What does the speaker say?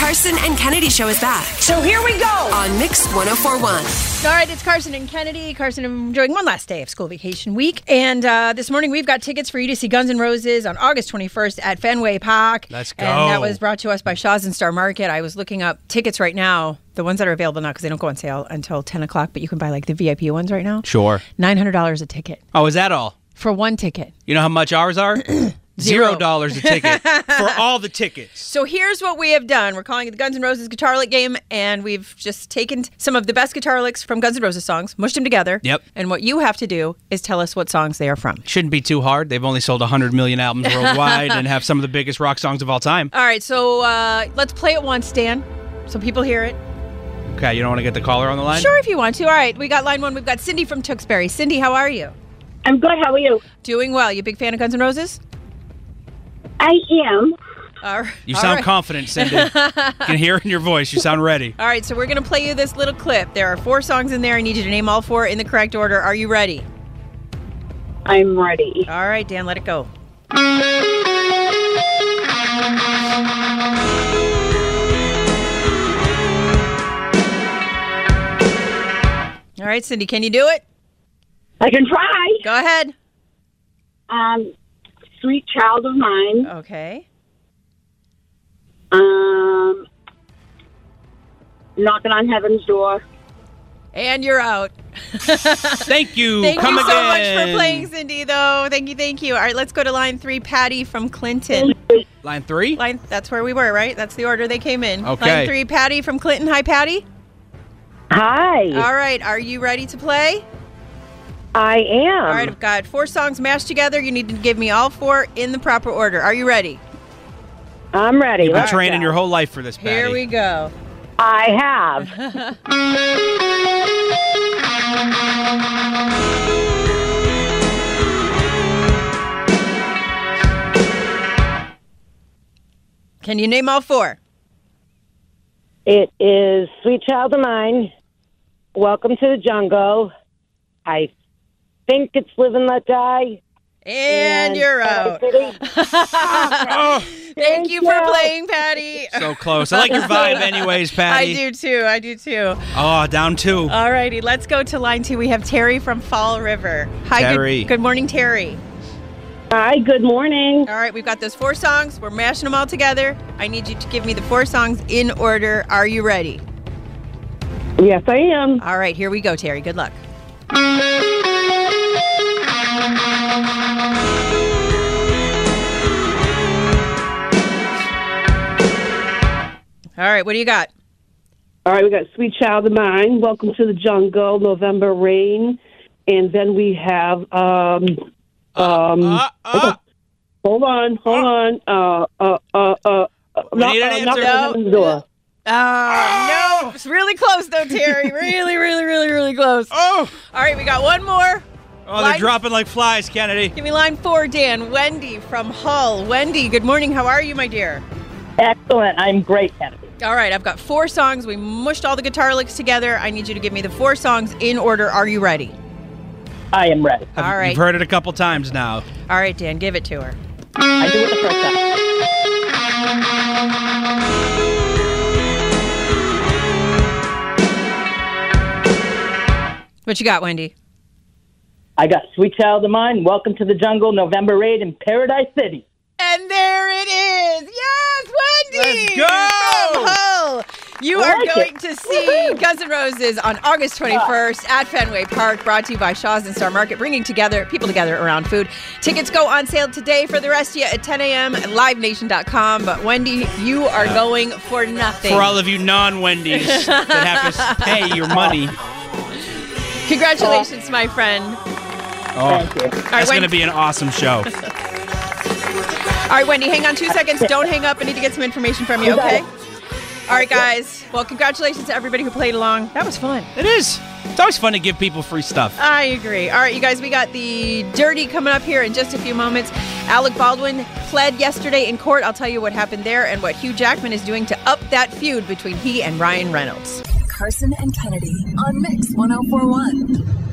Carson and Kennedy show is back So here we go. on Mix 1041. All right, it's Carson and Kennedy. Carson enjoying one last day of school vacation week, and uh, this morning we've got tickets for you to see Guns N' Roses on August 21st at Fenway Park. Let's And that go. was brought to us by Shaw's and Star Market. I was looking up tickets right now, the ones that are available now because they don't go on sale until 10 o'clock, but you can buy like the VIP ones right now. Sure. Nine hundred dollars a ticket Oh, is that all? for one ticket. You know how much ours are? Zero. Zero dollars a ticket for all the tickets. So here's what we have done. We're calling it the Guns N' Roses Guitar Lick Game, and we've just taken t- some of the best guitar licks from Guns N' Roses songs, mushed them together. Yep. And what you have to do is tell us what songs they are from. Shouldn't be too hard. They've only sold 100 million albums worldwide and have some of the biggest rock songs of all time. All right, so uh, let's play it once, Dan, so people hear it. Okay, you don't want to get the caller on the line? Sure, if you want to. All right, we got line one. We've got Cindy from Tewksbury. Cindy, how are you? I'm good. How are you? Doing well. You a big fan of Guns N' Roses? I am. All right. You All sound right. confident, Cindy. you can hear it in your voice. You sound ready. All right, so we're going to play you this little clip. There are four songs in there. I need you to name all four in the correct order. Are you ready? I'm ready. All right, Dan, let it go. All right, Cindy, can you do it? I can try. Go ahead. Um, sweet child of mine. Okay. Um, knocking on heaven's door. And you're out. Thank you. Thank Come you so much for again. playing, Cindy, though. Thank you, thank you. All right, let's go to line three, Patty from Clinton. Line three? Line that's where we were, right? That's the order they came in. Line Okay. three, Patty from Clinton. Hi, Patty. Hi, All right, are you ready to play? I am. All right, I've got four songs mashed together. You need to give me all four in the proper order. Are you ready? I'm ready. You've been Let's training go. your whole life for this, Patty. Here we go. I Uh-huh. have. Can you name all four? It is Sweet Child of Mine. Welcome to the Jungle. I think it's Live and Let Die. And, you're out. Thank you for playing, Patty. So close. I like your vibe, anyways, I Patty. do Uh, too. I do too. Oh, down two. All righty, let's go to line two. We have Terry from Fall River. Hi, good- Terry. Good, morning, Terry. Hi, good morning. All right, we've got those four songs. We're mashing them all together. I need you to give me the four songs in order. Are you ready? Yes, I am. All right, here we go, Terry. Good luck. All right, what do you got? All right, we got Sweet Child of Mine, Welcome to the Jungle, November Rain, and then we have um um Uh, uh, hold on, hold on. Uh uh uh uh We need an knock on answer. heaven's door. Oh, no. It's really close, though, Terry. really, really, really, really close. All oh, right, we got one more. oh, they're Line- dropping like flies, Kennedy. Give me line four, Dan. Wendy from Hull. Wendy, good morning. How are you, my dear? Excellent. I'm great at it. All right, I've got four songs. We mushed all the guitar licks together. I need you to give me the four songs in order. Are you ready? I am ready. All I've- right. You've heard it a couple times now. All right, Dan, give it to her. I do it the first time. What you got, Wendy? I got Sweet Child of Mine, Welcome to the Jungle, November Raid in Paradise City. And there it is. Yes, Wendy. Let's go. From Hull. You I are like it. Uh. going to see Guns N' Roses on August 21st at Fenway Park, brought to you by Shaw's and Star Market, bringing together people together around food. Tickets go on sale today for the rest of you at 10 a.m. at livenation.com. But Wendy, you are going for nothing. For all of you non-Wendy's that have to pay your money, Congratulations, my friend. oh, Thank you. that's going to Wendy. be an awesome show. All right, Wendy, hang on two seconds. Don't hang up. I need to get some information from you, okay? All right, guys. Well, congratulations to everybody who played along. That was fun. It is. It's always fun to give people free stuff. I agree. All right, you guys, we got the dirty coming up here in just a few moments. Alec Baldwin pled yesterday in court. I'll tell you what happened there and what Hugh Jackman is doing to up that feud between he and Ryan Reynolds. oh Carson and Kennedy on Mix 1041.